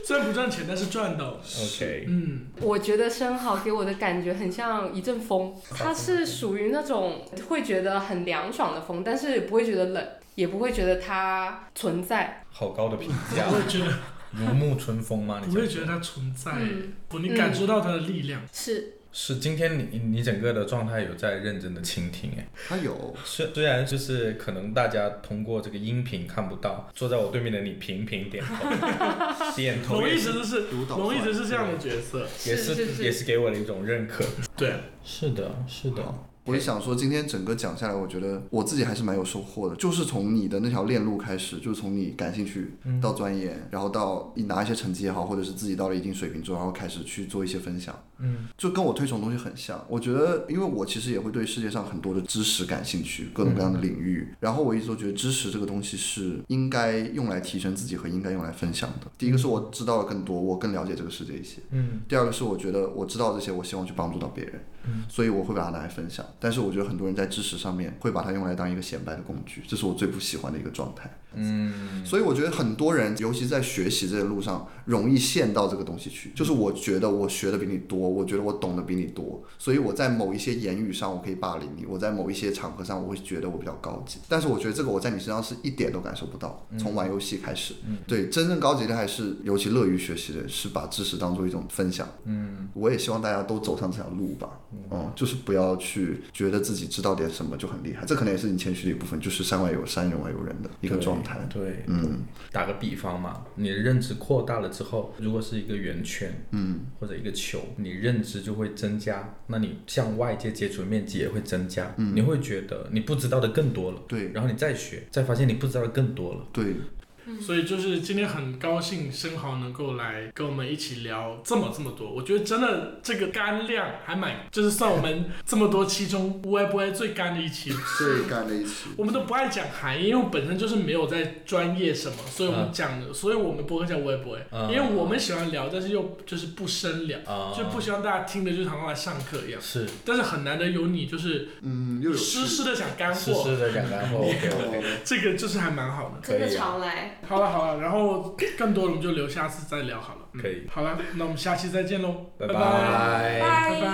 虽然不赚钱，但是赚到了。 OK，嗯，我觉得生蚝给我的感觉很像一阵风，它是属于那种会觉得很凉爽的风，但是不会觉得冷，也不会觉得它存在。好高的评价不，会 觉得，如沐春风吗？你不会觉得它存在，嗯，不你感受到它的力量。是，是今天你你整个的状态有在认真的倾听哎。他有虽虽然就是可能大家通过这个音频看不到，坐在我对面的你频频点 头，点头龙也一是直都是，独导龙一直帅是这样的角色。也是是是也是给我的一种认可。对，是的，是的，好我也想说，今天整个讲下来，我觉得我自己还是蛮有收获的。就是从你的那条链路开始，就是从你感兴趣嗯到钻研，然后到你拿一些成绩也好，或者是自己到了一定水平之后，然后开始去做一些分享。嗯，就跟我推崇的东西很像。我觉得，因为我其实也会对世界上很多的知识感兴趣，各种各样的领域。然后我一直都觉得知识这个东西是应该用来提升自己和应该用来分享的。第一个是我知道了更多，我更了解这个世界一些。嗯，第二个是我觉得我知道这些，我希望去帮助到别人，所以我会把它拿来分享。但是我觉得很多人在知识上面会把它用来当一个显摆的工具，这是我最不喜欢的一个状态。嗯，所以我觉得很多人，尤其在学习这个路上，容易陷到这个东西去。就是我觉得我学的比你多，我觉得我懂得比你多，所以我在某一些言语上我可以霸凌你，我在某一些场合上我会觉得我比较高级。但是我觉得这个我在你身上是一点都感受不到，从玩游戏开始。对，真正高级的还是尤其乐于学习的人，是把知识当做一种分享。嗯，我也希望大家都走上这条路吧。嗯，就是不要去觉得自己知道点什么就很厉害，这可能也是你谦虚的一部分，就是山外有山，人外有人的一个状态。对，嗯，打个比方嘛，你的认知扩大了之后，如果是一个圆圈，嗯，或者一个球，你认知就会增加，那你向外界接触的面积也会增加，你会觉得你不知道的更多了，对然后你再学，再发现你不知道的更多了。对，所以就是今天很高兴生蚝能够来跟我们一起聊这么这么多，我觉得真的这个干量还蛮，就是算我们这么多期中无爱不爱最干的一期了。最干的一期。我们都不爱讲含义，因为我本身就是没有在专业什么，所以我们讲的，所以我们播客叫我也不会，嗯因为我们喜欢聊，但是又就是不深聊，啊就不希望大家听的就好像来上课一样。是但是很难得有你，就是嗯，又有哦实时的讲干是货，是的讲 干货，OK OK，这个就是还蛮好的。可以啊真的常来，好了好了，然后更多的我们就留下次再聊好了。嗯可以好了，那我们下期再见喽，拜拜拜拜拜。